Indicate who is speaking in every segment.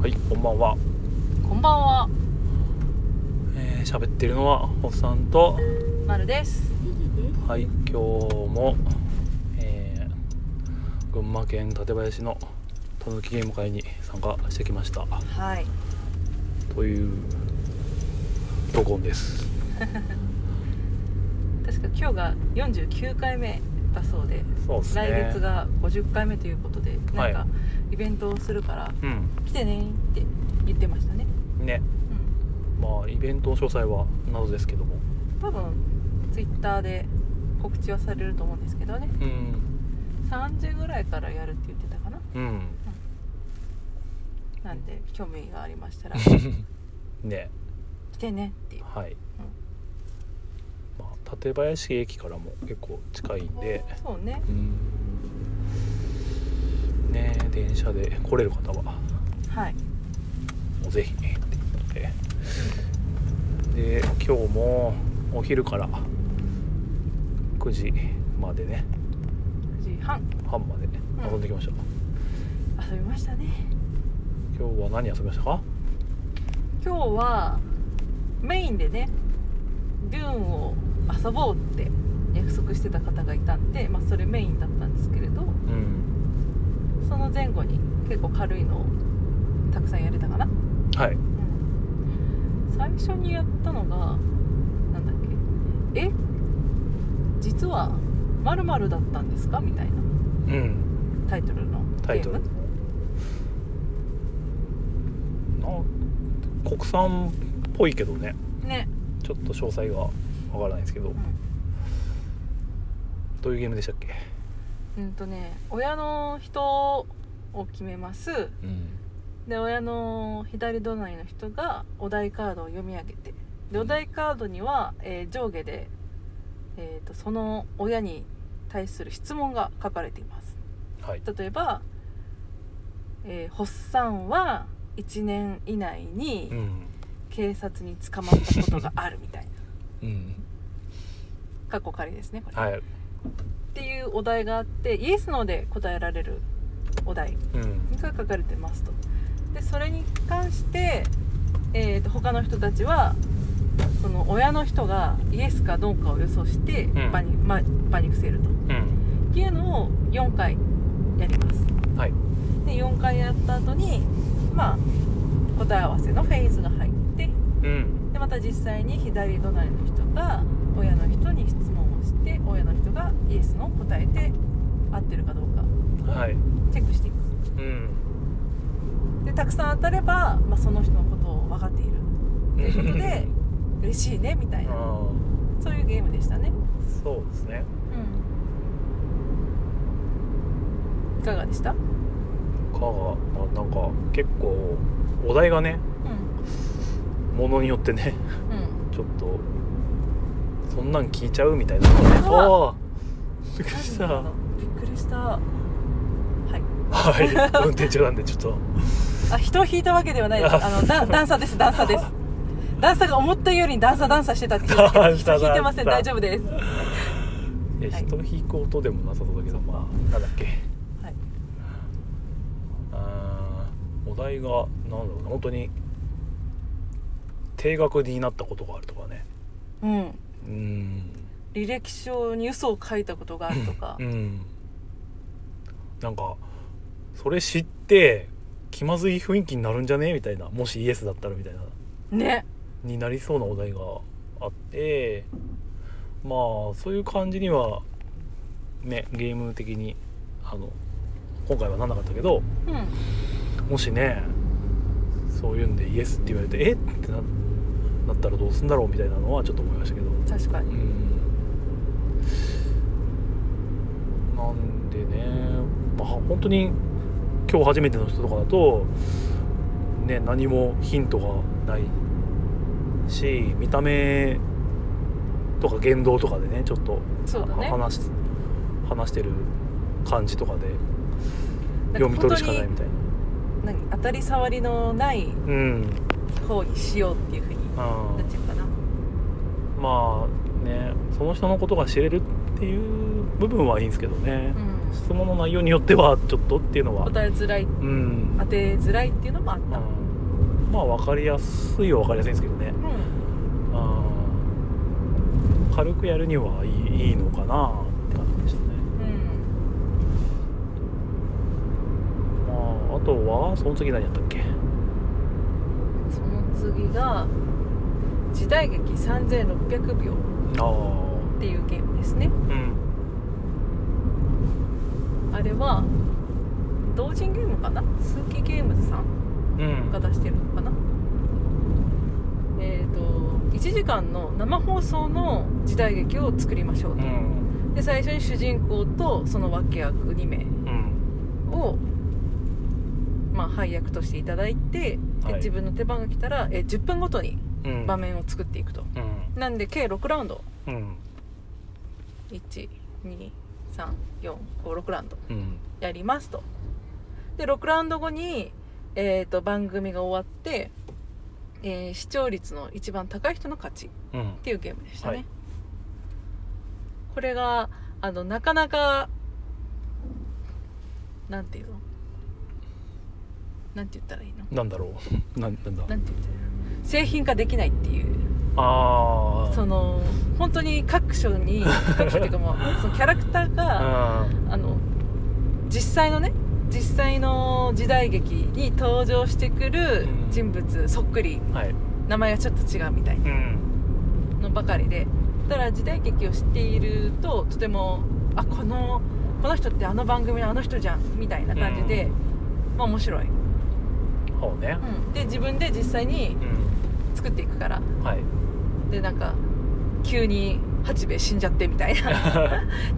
Speaker 1: はい、こんばんは。
Speaker 2: こんばんは、
Speaker 1: えー喋ってるのはおっさんと、
Speaker 2: まるです。
Speaker 1: はい、今日も、えー群馬県館林のたぬきゲーム会に参加してきました
Speaker 2: はい。
Speaker 1: というドコンです。
Speaker 2: 確か今日が49回目だそうで、
Speaker 1: そうですね。
Speaker 2: 来月。が50回目ということで、な
Speaker 1: は
Speaker 2: ん
Speaker 1: い
Speaker 2: かイベントをするから
Speaker 1: うん。
Speaker 2: 来てねって言ってましたね。
Speaker 1: ね。
Speaker 2: うん。
Speaker 1: まあイベントの詳細は謎ですけども。
Speaker 2: 多分ツイッターで告知はされると思うんですけどね。
Speaker 1: うん。
Speaker 2: 3時ぐらいからやるって言ってたかな。
Speaker 1: うん。
Speaker 2: なんで興味がありました ら
Speaker 1: ね。
Speaker 2: 来てねっていう。
Speaker 1: はい。まあ館林駅からも結構近いんで。
Speaker 2: そうね。
Speaker 1: うんねえ電車で来れる方はも
Speaker 2: はい。
Speaker 1: うぜひってことでで今日もお昼から9時までね
Speaker 2: 9時半
Speaker 1: 半まで遊んできました、
Speaker 2: 遊びましたね。
Speaker 1: 今日は何遊びましたか
Speaker 2: 今日はメインでねデューンを遊ぼうって約束してた方がいたんで、まあ、それメインだったんですけれど
Speaker 1: うん
Speaker 2: その前後に結構軽いのをたくさんやれたかな、
Speaker 1: はい
Speaker 2: 最初にやったのがなんだっけえ実はまるだったんですかみたいな
Speaker 1: うん
Speaker 2: タイトルの
Speaker 1: タ
Speaker 2: ゲ
Speaker 1: イ
Speaker 2: ー
Speaker 1: ト
Speaker 2: ム
Speaker 1: ルな国産っぽいけどね
Speaker 2: ね、
Speaker 1: ちょっと詳細がわからないんですけどどういうゲームでしたっけ
Speaker 2: うん、うんとね親の人を決めます
Speaker 1: うん
Speaker 2: で親の左隣の人がお題カードを読み上げてでお題カードには、えー上下で、えー、とその親に対する質問が書かれています
Speaker 1: はい
Speaker 2: 例えば「えー、ホッサンは1年以内
Speaker 1: う
Speaker 2: に
Speaker 1: ん
Speaker 2: 警察に捕まったことがある」み たいな
Speaker 1: うん
Speaker 2: 過去仮ですねこれ、
Speaker 1: はい
Speaker 2: っていうお題があってイエス・ノーで答えられるお題
Speaker 1: うん
Speaker 2: が書かれてますとでそれに関して、えー、と他の人たちはその親の人がイエスかノーかを予想して
Speaker 1: ん
Speaker 2: 場に,、ま、場に伏せると
Speaker 1: うん
Speaker 2: っていうのを4回やります
Speaker 1: はい
Speaker 2: で4回やった後にまあ答え合わせのフェーズが入って
Speaker 1: うん
Speaker 2: でまた実際に左隣の人が親の人に質問をして親の人がイエスの答えて合ってるかどうか
Speaker 1: はい
Speaker 2: チェックしていく
Speaker 1: うん
Speaker 2: でたくさん当たれば、まあ、その人のことを分かっているということで嬉しいねみたい
Speaker 1: あ
Speaker 2: な
Speaker 1: あ
Speaker 2: そういうゲームでしたね、
Speaker 1: そうですね
Speaker 2: いかがでした、うん、
Speaker 1: かが、まあ、なんか結構お題がねものによってね
Speaker 2: うん
Speaker 1: ちょっとそんなん聞いちゃうみたいなのがね
Speaker 2: うわ
Speaker 1: ああびっくりした
Speaker 2: 何な
Speaker 1: は
Speaker 2: のびっくりしたはい
Speaker 1: い運転中なんでちょっと
Speaker 2: あ人を引いたわけではないですあのだ段差です段差です段差が思ったより段差段差してたっていうだけで人
Speaker 1: 段差
Speaker 2: 引いてません
Speaker 1: 段差
Speaker 2: 大丈夫です、はい
Speaker 1: や
Speaker 2: はい
Speaker 1: 人引く音でもなさそうだけどまあなんだっけ
Speaker 2: い、
Speaker 1: あーお題がなんだろうな本当に定額になったことがあるとかね
Speaker 2: うん
Speaker 1: うん
Speaker 2: 履歴書に嘘を書いたことがあるとか
Speaker 1: うん、なんかそれ知って気まずい雰囲気になるんじゃねみたいなもしイエスだったらみたいな
Speaker 2: ね
Speaker 1: になりそうなお題があってまあそういう感じにはねゲーム的にあの今回はなんなかったけど
Speaker 2: うん
Speaker 1: もしねそういうんでイエスって言われてえってななったらどうすんだろうみたいなのはちょっと思いましたけど。
Speaker 2: 確か
Speaker 1: う
Speaker 2: に
Speaker 1: んなんでね、まあ、本当に今日初めての人とかだと、ね、何もヒントがないし見た目とか言動とかでねちょっと
Speaker 2: そうだね
Speaker 1: 話し話してる感じとかで読み取るしかないみたいな。
Speaker 2: なんか本当に何当たり障りのない
Speaker 1: うん、
Speaker 2: 方にしようっていうふうになっ
Speaker 1: あー
Speaker 2: ちゃうかな
Speaker 1: まあねその人のことが知れるっていう部分はいいんですけどね。
Speaker 2: うん
Speaker 1: 質問の内容によってはちょっとっていうのは
Speaker 2: 答えづらい
Speaker 1: うん
Speaker 2: 当てづらいっていうのもあった、
Speaker 1: うんまあ分かりやすいは分かりやすいんですけどね
Speaker 2: うん
Speaker 1: あー軽くやるにはいいいいのかなって感じでしたね
Speaker 2: うん
Speaker 1: まああとはその次何やったっけ
Speaker 2: その次が「時代劇3600秒」
Speaker 1: ああ
Speaker 2: っていうゲームですね
Speaker 1: うん
Speaker 2: あれは同人ゲームかなスーキゲームズさん
Speaker 1: うん
Speaker 2: が出してるのかなえっ、と1時間の生放送の時代劇を作りましょう
Speaker 1: う
Speaker 2: と、
Speaker 1: ん
Speaker 2: で最初に主人公とその脇役2名
Speaker 1: うん
Speaker 2: を、まあ、配役としていただいて
Speaker 1: は
Speaker 2: で、
Speaker 1: い
Speaker 2: 自分の手番が来たら、えー10分ごとに
Speaker 1: うん
Speaker 2: 場面を作っていくと、
Speaker 1: うん
Speaker 2: なんで計6ラウンド
Speaker 1: うん
Speaker 2: 12345ラウンド
Speaker 1: うん
Speaker 2: やりますとで6ラウンド後に、えー、と番組が終わって、えー視聴率の一番高い人の勝ちっ
Speaker 1: うん
Speaker 2: ていうゲームでしたね、
Speaker 1: はい
Speaker 2: これがあのなかなかなんていうのなんて言ったらいいの
Speaker 1: なんだろう なんなんだ
Speaker 2: なんて言ったらいいの製品化できないっていう
Speaker 1: ああ
Speaker 2: その本当に各所 に各所っていうかもうそのキャラクターが、あの実際のね実際の時代劇に登場してくる
Speaker 1: うん
Speaker 2: 人物そっくり
Speaker 1: うんはい
Speaker 2: 名前がちょっと違うみたい
Speaker 1: うん
Speaker 2: のばかりでただ時代劇を知っているととてもあこのこの人ってあの番組のあの人じゃんみたいな感じで、まあ面白い、う
Speaker 1: そうね
Speaker 2: ん、で自分で実際に
Speaker 1: うん
Speaker 2: 作っていくから
Speaker 1: はい
Speaker 2: でなんか急に八兵衛死んじゃってみたい な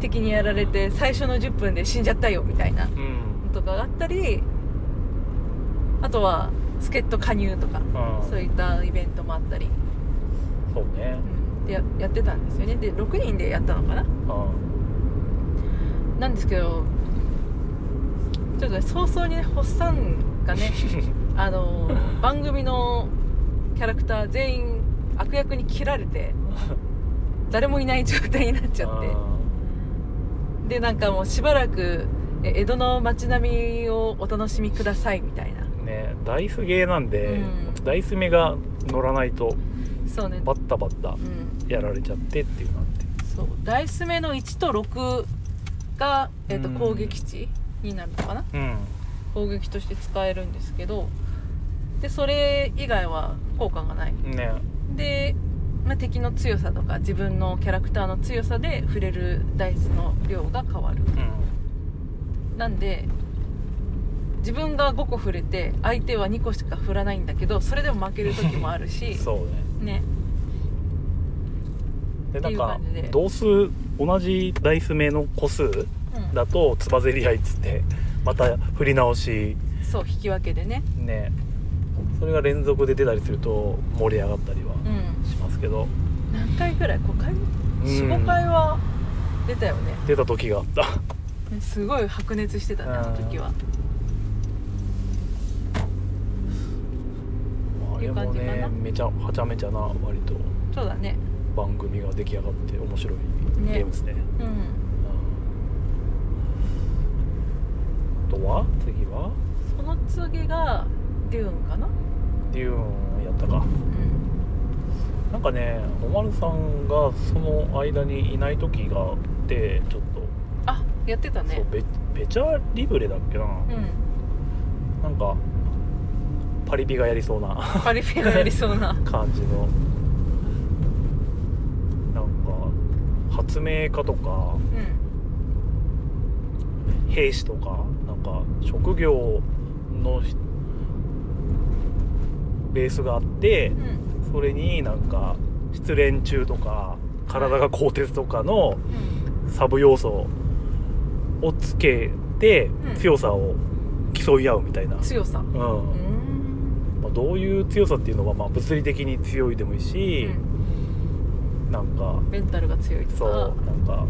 Speaker 2: 敵にやられて最初の10分で死んじゃったよみたいな
Speaker 1: うん
Speaker 2: とかがあったりあとは助っ人加入とか
Speaker 1: あ
Speaker 2: そういったイベントもあったり、
Speaker 1: そうね
Speaker 2: うん、でややってたんですよねで6人でやったのかな
Speaker 1: あ
Speaker 2: なんですけどちょっとね早々にねホッサン がねあの番組のキャラクター全員悪役に切られて誰もいない状態になっちゃってでなんかもうしばらくえ江戸の街並みをお楽しみくださいみたいな
Speaker 1: てねダイスゲーなんで、
Speaker 2: うん
Speaker 1: ダイス目が乗らないと
Speaker 2: そうね
Speaker 1: バッタバッタ
Speaker 2: うん
Speaker 1: やられちゃってっていうのがあって
Speaker 2: そうダイス目の1と6が、えー、と
Speaker 1: うん
Speaker 2: 攻撃値になるのかな
Speaker 1: うん
Speaker 2: 攻撃として使えるんですけどでそれ以外は効果がない
Speaker 1: ね
Speaker 2: で、まあ、敵の強さとか自分のキャラクターの強さで触れるダイスの量が変わる
Speaker 1: うん
Speaker 2: なんで自分が5個振れて相手は2個しか振らないんだけどそれでも負ける時もあるし
Speaker 1: そうね
Speaker 2: ね
Speaker 1: でなんか
Speaker 2: っていう感じで
Speaker 1: 同数同じダイス目の個数
Speaker 2: うん
Speaker 1: だとつばぜり合いっつってまた振り直し
Speaker 2: そう引き分けでね
Speaker 1: ねそれが連続で出たりすると盛り上がったりは
Speaker 2: うん
Speaker 1: しますけど、
Speaker 2: 何回ぐらい5回
Speaker 1: うん
Speaker 2: 45回は出たよね
Speaker 1: 出た時があった
Speaker 2: ねすごい白熱してたね
Speaker 1: うん
Speaker 2: あの時は
Speaker 1: あ
Speaker 2: い
Speaker 1: れ
Speaker 2: う
Speaker 1: も
Speaker 2: 感じか
Speaker 1: ね
Speaker 2: な
Speaker 1: めちゃはちゃめちゃな割と
Speaker 2: そうだね
Speaker 1: 番組が出来上がって面白い
Speaker 2: ね
Speaker 1: ゲームですね
Speaker 2: うん
Speaker 1: あとは次は
Speaker 2: その次がデューンかな
Speaker 1: デューンやったか
Speaker 2: うん
Speaker 1: なんかねおまるさんがその間にいない時があってちょっと、
Speaker 2: あやってた
Speaker 1: そ
Speaker 2: ね
Speaker 1: うベベチャリブレだっけな、
Speaker 2: うん
Speaker 1: なんかパリピがやりそうな
Speaker 2: パリピがやりそうな
Speaker 1: 感じのなんか発明家とか
Speaker 2: うん
Speaker 1: 兵士とかなんか職業のひベースがあって
Speaker 2: うん
Speaker 1: それになんか失恋中とか体が鋼鉄とかの
Speaker 2: うん
Speaker 1: サブ要素をつけて
Speaker 2: うん
Speaker 1: 強さを競い合うみたいな、
Speaker 2: 強さ
Speaker 1: うん
Speaker 2: うん
Speaker 1: まあ、どういう強さっていうのはまあ物理的に強いでもいいし、なんか
Speaker 2: メンタルが強いとか
Speaker 1: そうなんか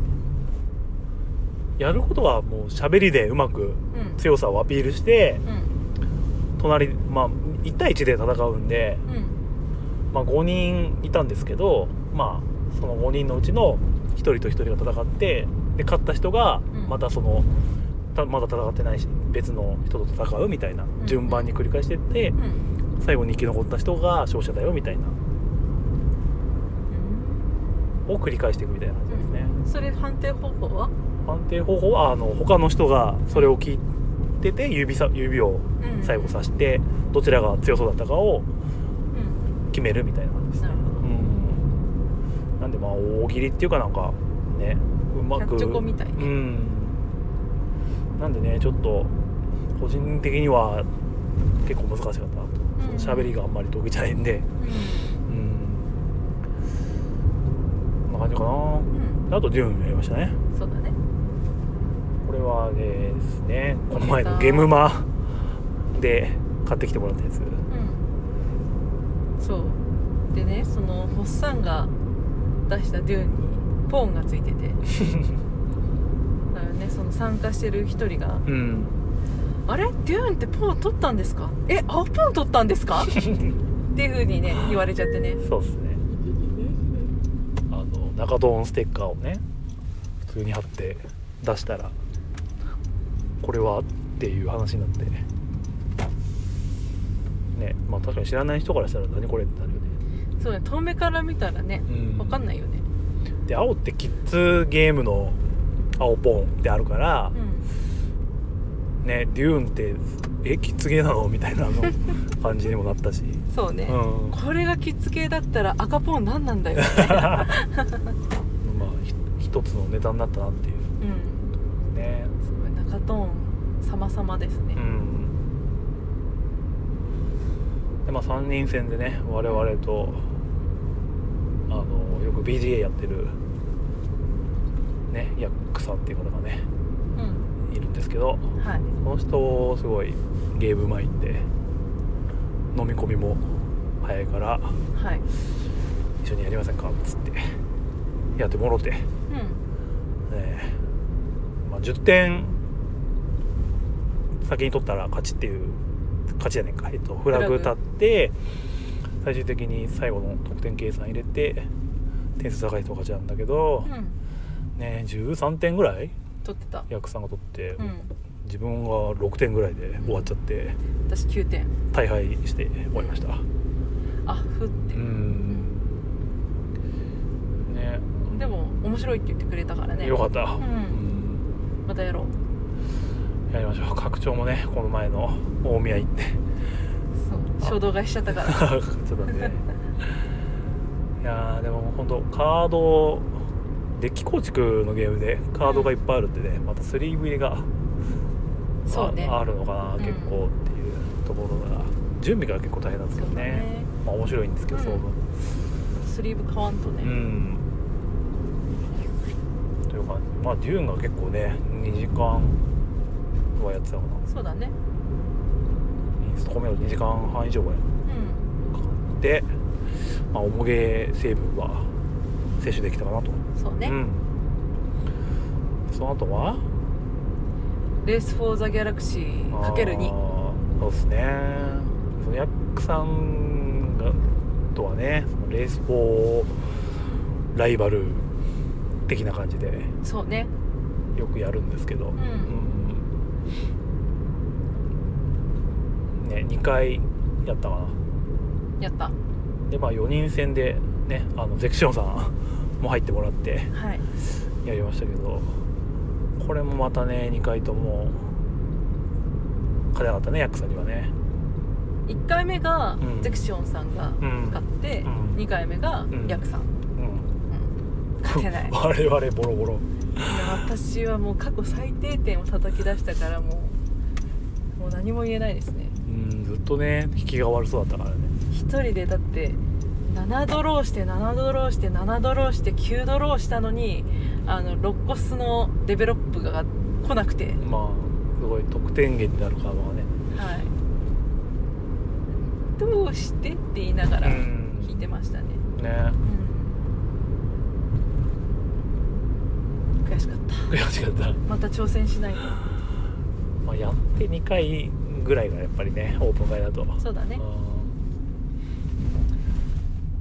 Speaker 1: やることはもう喋りでうまく
Speaker 2: うん
Speaker 1: 強さをアピールして
Speaker 2: うん
Speaker 1: 隣まあ1対1で戦うんで、
Speaker 2: うん
Speaker 1: まあ、5人いたんですけどまあその5人のうちの1人と1人が戦ってで勝った人が
Speaker 2: ん
Speaker 1: またそのたまだ戦ってないし別の人と戦うみたいな
Speaker 2: うん
Speaker 1: 順番に繰り返してって、
Speaker 2: うん
Speaker 1: 最後に生き残った人が勝者だよみたいなを繰り返していくみたいな感じですね、
Speaker 2: それ判定方法は、
Speaker 1: 判定方法はあの他の人がそれを聞いてて指さ指を
Speaker 2: うん
Speaker 1: 最後、さしてどちらが強そうだったかを
Speaker 2: うん、
Speaker 1: 決めるみたいな感じです
Speaker 2: なるほ
Speaker 1: う
Speaker 2: ど
Speaker 1: んなんでまあ大喜利っていうかなんかねうま
Speaker 2: 100
Speaker 1: く
Speaker 2: チョコみたいね
Speaker 1: うんなんでねちょっと個人的には結構難しかったなと
Speaker 2: うん
Speaker 1: 喋、りがあんまり得意じゃないんでう
Speaker 2: う
Speaker 1: んこんな感じか
Speaker 2: んうん
Speaker 1: なあとデューンやりましたね
Speaker 2: そうだね
Speaker 1: これはですねこの前のゲームマで買ってきてもらったやつ
Speaker 2: うんそうでねそのホッサンが出したデューンにポーンがついて てだよねその参加してる一人が
Speaker 1: うん
Speaker 2: 「あれデューンってポーン取ったんですかえ青ポーン取ったん ですか? 」っていうふうにね言われちゃってね
Speaker 1: そうですねあの中トーンステッカーをね普通に貼って出したらこれはっていう話になってねまあ確かに知らない人からしたら何これってなるよね
Speaker 2: そうね遠目から見たらね
Speaker 1: うん
Speaker 2: 分かんないよね
Speaker 1: で青ってキッズゲームの青ポンってあるから、
Speaker 2: う
Speaker 1: ねデューンってえキッズゲーなのみたいなあの感じにもなったし、
Speaker 2: んそう
Speaker 1: う
Speaker 2: ね
Speaker 1: ん、ま
Speaker 2: これがキッズ系だったら赤ポーン何な んだよ、
Speaker 1: あひ一つのネタになったなっていう
Speaker 2: うん
Speaker 1: ね
Speaker 2: すごい中トーン様々ですね
Speaker 1: うんでまあ3人戦でね我々とあのよく BGA やってるねヤックさんっていう方がね
Speaker 2: うん、
Speaker 1: いるんですけど
Speaker 2: はい
Speaker 1: この人すごいゲームうまいんで飲み込みも早いから
Speaker 2: はい
Speaker 1: 一緒にやりませんかっつってやってもろて、ね
Speaker 2: う
Speaker 1: えまあ、10点先に取ったら勝ちっていう勝ちじゃねえか、えっと、フラグ
Speaker 2: フラ
Speaker 1: 立
Speaker 2: グ
Speaker 1: って最終的に最後の得点計算入れて点数高い人が勝ちなんだけど、
Speaker 2: んうん
Speaker 1: ねえ13点ぐらい
Speaker 2: 取ってた
Speaker 1: 役さんが取って、
Speaker 2: うん
Speaker 1: 自分が6点ぐらいで終わっちゃって
Speaker 2: 私9点
Speaker 1: 大敗して終わりました。
Speaker 2: あふって、
Speaker 1: うんね
Speaker 2: でも面白いって言ってくれたからね
Speaker 1: よかった、
Speaker 2: んまたやろう
Speaker 1: うんやりましょう拡張もねこの前の大宮行って
Speaker 2: そう衝動買いしちゃったから
Speaker 1: 買っ ちゃったんでいやーでも本当カードデッキ構築のゲームでカードがいっぱいあるんでねまた 3V があ
Speaker 2: そうね
Speaker 1: あるのかな、
Speaker 2: うん
Speaker 1: 結構っていうところが準備が結構大変なんですけどね
Speaker 2: そうだね
Speaker 1: まあ面白いんですけど、
Speaker 2: うん
Speaker 1: その分
Speaker 2: スリーブ買わんとね、
Speaker 1: うんというかまあデューンが結構ね2時間はやってたかな
Speaker 2: そうだ
Speaker 1: イ
Speaker 2: ね
Speaker 1: ンストコメント2時間半以上はや
Speaker 2: うん
Speaker 1: って、まあ、重げ成分は摂取できたかなと、
Speaker 2: そうね、
Speaker 1: うんその後は
Speaker 2: レース・フォー・ザ・ギャラクシーかける2
Speaker 1: あーそうですねそのヤックさんがとはねそのレース4ライバル的な感じで
Speaker 2: そうね
Speaker 1: よくやるんですけど、
Speaker 2: ん
Speaker 1: うんね2回やったか
Speaker 2: やった
Speaker 1: なでまあ4人戦でねあのゼクシオンさんも入ってもらって
Speaker 2: はい
Speaker 1: やりましたけどこれもまたね2回とも勝てなかったねヤックさんにはね
Speaker 2: 1回目が
Speaker 1: うん
Speaker 2: ゼクシオンさんが
Speaker 1: うん
Speaker 2: 買って、
Speaker 1: うん
Speaker 2: 2回目が
Speaker 1: ん
Speaker 2: ヤクさん、
Speaker 1: うん
Speaker 2: うん、勝てな いいや
Speaker 1: 我々ボロボロ
Speaker 2: 私はもう過去最低点を叩き出したからもうもう何も言えないですね
Speaker 1: うんずっとね引きが悪そうだったからね
Speaker 2: 一人でだって7ドローして7ドローして7ドローして9ドローしたのにあのロッコスのデベロップが来なくて、
Speaker 1: まあすごい得点源になるカードがね
Speaker 2: はい、どうしてって言いながら
Speaker 1: うん
Speaker 2: 弾いてましたね、
Speaker 1: ね
Speaker 2: うん悔しかった
Speaker 1: 悔しかった
Speaker 2: また挑戦しない
Speaker 1: まあ、やって2回ぐらいがやっぱりねオープン会だと
Speaker 2: とそうだね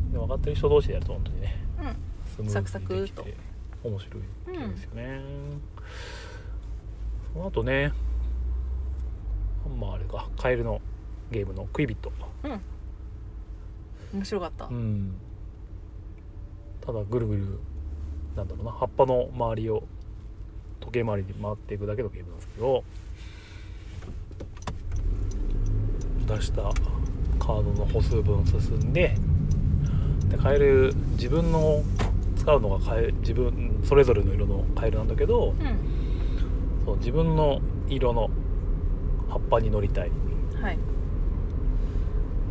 Speaker 1: うんでも分かってる人同士でやると本当にね
Speaker 2: う
Speaker 1: スムーズにできて
Speaker 2: サクサクっと
Speaker 1: 面白いですよね、その後ねまああれかカエルのゲームのクイビット
Speaker 2: 面白かった、
Speaker 1: うんただぐるぐるなんだろうな葉っぱの周りを時計回りに回っていくだけのゲームなんですけど出したカードの歩数分進んででカエル自分の使うのがカエル自分それぞれの色のカエルなんだけど、
Speaker 2: うん
Speaker 1: そう自分の色の葉っぱに乗りたい
Speaker 2: はい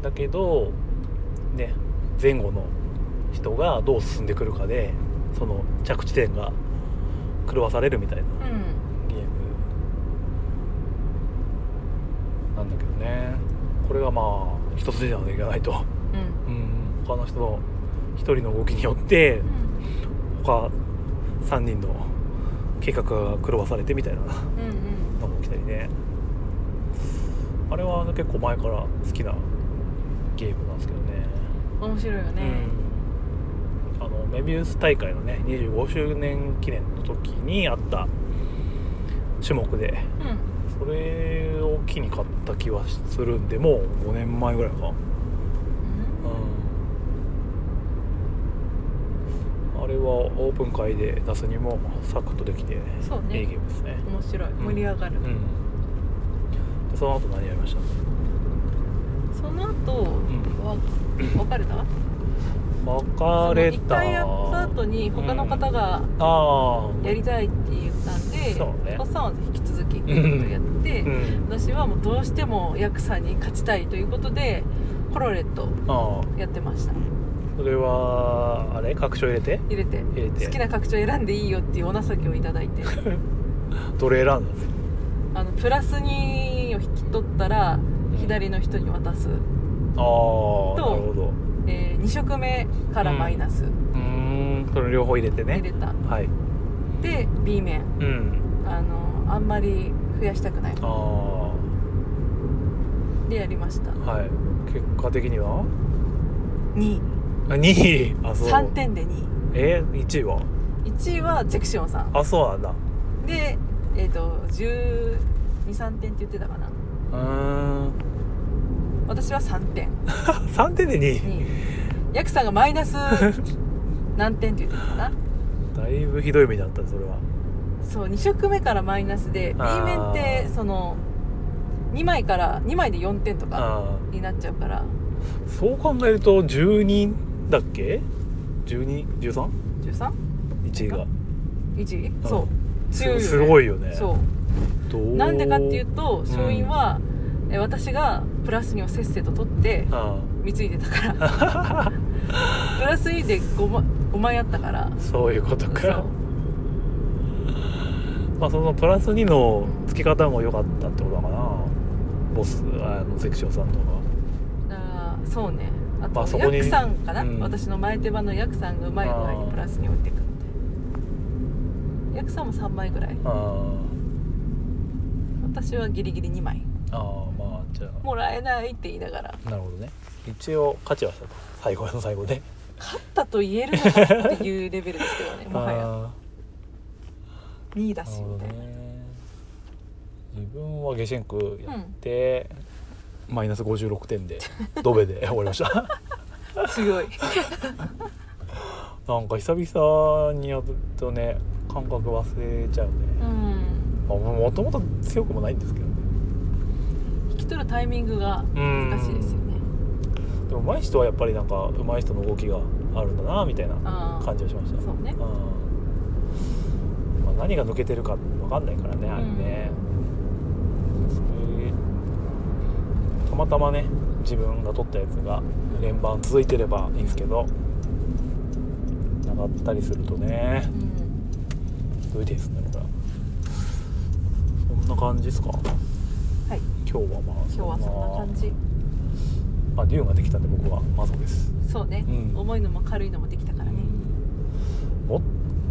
Speaker 1: だけどね前後の人がどう進んでくるかでその着地点が狂わされるみたいな
Speaker 2: うん
Speaker 1: ゲームなんだけどねこれがまあ一筋縄でいかないと、
Speaker 2: うん
Speaker 1: うん、他の人の一人の動きによって他3人の計画が狂わされてみたいな
Speaker 2: うんうんうん
Speaker 1: のも来たりねあれはあの結構前から好きなゲームなんですけどね
Speaker 2: 面白いよね、
Speaker 1: うん、あのメビウス大会のね25周年記念の時にあった種目で
Speaker 2: うん
Speaker 1: それを機に買った気はするんでもう5年前ぐらいか、うん、あれはオープン会で出すにもサクッとできて
Speaker 2: そうね
Speaker 1: いいゲームですね
Speaker 2: 面白い
Speaker 1: ん
Speaker 2: 盛り上がる、
Speaker 1: うんでその後何やりました
Speaker 2: その後、わ別れた
Speaker 1: 別れ
Speaker 2: その一
Speaker 1: た
Speaker 2: 回やった後に他の方が
Speaker 1: ああ
Speaker 2: やりたいって言ったんで、
Speaker 1: そうね
Speaker 2: おっさんは引き続きやって、
Speaker 1: うん
Speaker 2: 私はもうどうしてもヤクさんに勝ちたいということでコロレット
Speaker 1: ああ
Speaker 2: やってました
Speaker 1: それはあれ拡張入れて
Speaker 2: 入れて
Speaker 1: 入れて
Speaker 2: 好きな拡張選んでいいよっていうお情けをいた だいて
Speaker 1: どれ選んだんですか
Speaker 2: あのプラス2を引き取ったら左の人に渡す、
Speaker 1: ああなるほど
Speaker 2: え2色目からマイナス
Speaker 1: うーんそれ両方入れて
Speaker 2: 入
Speaker 1: ね
Speaker 2: れた、
Speaker 1: はい
Speaker 2: で B 面
Speaker 1: うん
Speaker 2: あのあんまり増やしたくない
Speaker 1: ああ
Speaker 2: でやりました
Speaker 1: はい結果的には
Speaker 2: 2位
Speaker 1: あ2位あそう
Speaker 2: 3点で2位
Speaker 1: え1位は
Speaker 2: 1位はゼクシオンさん
Speaker 1: あそうなんだ
Speaker 2: でえっ、と123点って言ってたかな
Speaker 1: うー ん
Speaker 2: 私は3点
Speaker 1: 3点で2位
Speaker 2: にヤクさんがマイナス何点って言ってたかな
Speaker 1: だいぶひどい目にあったねそれは
Speaker 2: そう2色目からマイナスで B
Speaker 1: あー
Speaker 2: 面ってその2枚から2枚で4点とか
Speaker 1: ああ
Speaker 2: になっちゃうから
Speaker 1: そう考えると12だっけ ?12?13?1
Speaker 2: 131
Speaker 1: 位がうん
Speaker 2: そう強いよ、ね、
Speaker 1: すごいよね
Speaker 2: そ
Speaker 1: ど
Speaker 2: う
Speaker 1: う
Speaker 2: なんでかっていうと
Speaker 1: ん
Speaker 2: 勝因は、え私がプラス2をせっせと取って
Speaker 1: あ
Speaker 2: 貢いでたか らプラス2で 5, 枚5枚あったから
Speaker 1: あそういうこと
Speaker 2: そ
Speaker 1: か
Speaker 2: う
Speaker 1: まあそのプラス2の付け方も良かったってことだかなボスあのセクションさんとか
Speaker 2: だからそうねあと、
Speaker 1: まあそこ
Speaker 2: ヤ
Speaker 1: に
Speaker 2: クさんかな、
Speaker 1: うん
Speaker 2: 私の前手羽のヤクさんがうまい具合にプラスに置いてくるみたいヤクさんも3枚ぐらい
Speaker 1: あ
Speaker 2: 私はギリギリ2枚
Speaker 1: あああまあじゃ
Speaker 2: もらえないって言いながら
Speaker 1: あなるほどね一応勝ちはしたと最後の最後で
Speaker 2: 勝ったと言えるのかっていうレベルですけ どねもはや
Speaker 1: あ
Speaker 2: 2位だ
Speaker 1: あな
Speaker 2: し
Speaker 1: るほ
Speaker 2: み
Speaker 1: ど
Speaker 2: たいな、
Speaker 1: ね自分はゲシェンクやって、マイナス56点でドベで 終わりました
Speaker 2: 強い
Speaker 1: なんか久々にやるとね感覚忘れちゃうね、
Speaker 2: うん
Speaker 1: まあもともと強くもないんですけどね
Speaker 2: 引き取るタイミングが難しいですよね
Speaker 1: でも上手い人はやっぱりなんか上手い人の動きがあるんだなみたいな
Speaker 2: ああ
Speaker 1: 感じはしました
Speaker 2: そうね
Speaker 1: うんまあ、何が抜けてるか分かんないからねあれね、それたまたまね自分が取ったやつが連番続いてればいいんですけどなかったりするとね
Speaker 2: うん
Speaker 1: どういう手ですねこれはそんな感じですか
Speaker 2: はい
Speaker 1: 今日はまあ
Speaker 2: 今日はそんな感じ
Speaker 1: まあ、デューンができたんで僕はマゾです
Speaker 2: そうね、
Speaker 1: うん
Speaker 2: 重いのも軽いのもできたからね、
Speaker 1: 持っ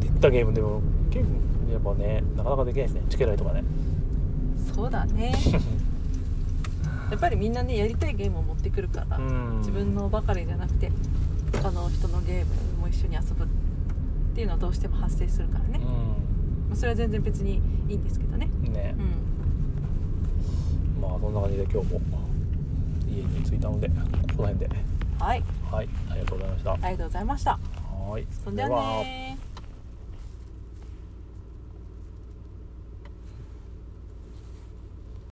Speaker 1: てったゲームでも結構やっぱねなかなかできないですねチケライとかね
Speaker 2: そうだねやっぱりみんなねやりたいゲームを持ってくるから、
Speaker 1: うん
Speaker 2: 自分のばかりじゃなくて他の人のゲームも一緒に遊ぶっていうのはどうしても発生するからね、まあそれは全然別にいいんですけどね
Speaker 1: うん、ね
Speaker 2: う、ん
Speaker 1: まあそんな感じで今日も家に着いたのでここら辺で
Speaker 2: はい
Speaker 1: はいありがとうございました、
Speaker 2: ありがとうございました
Speaker 1: はい
Speaker 2: そんじゃあ
Speaker 1: では
Speaker 2: ねー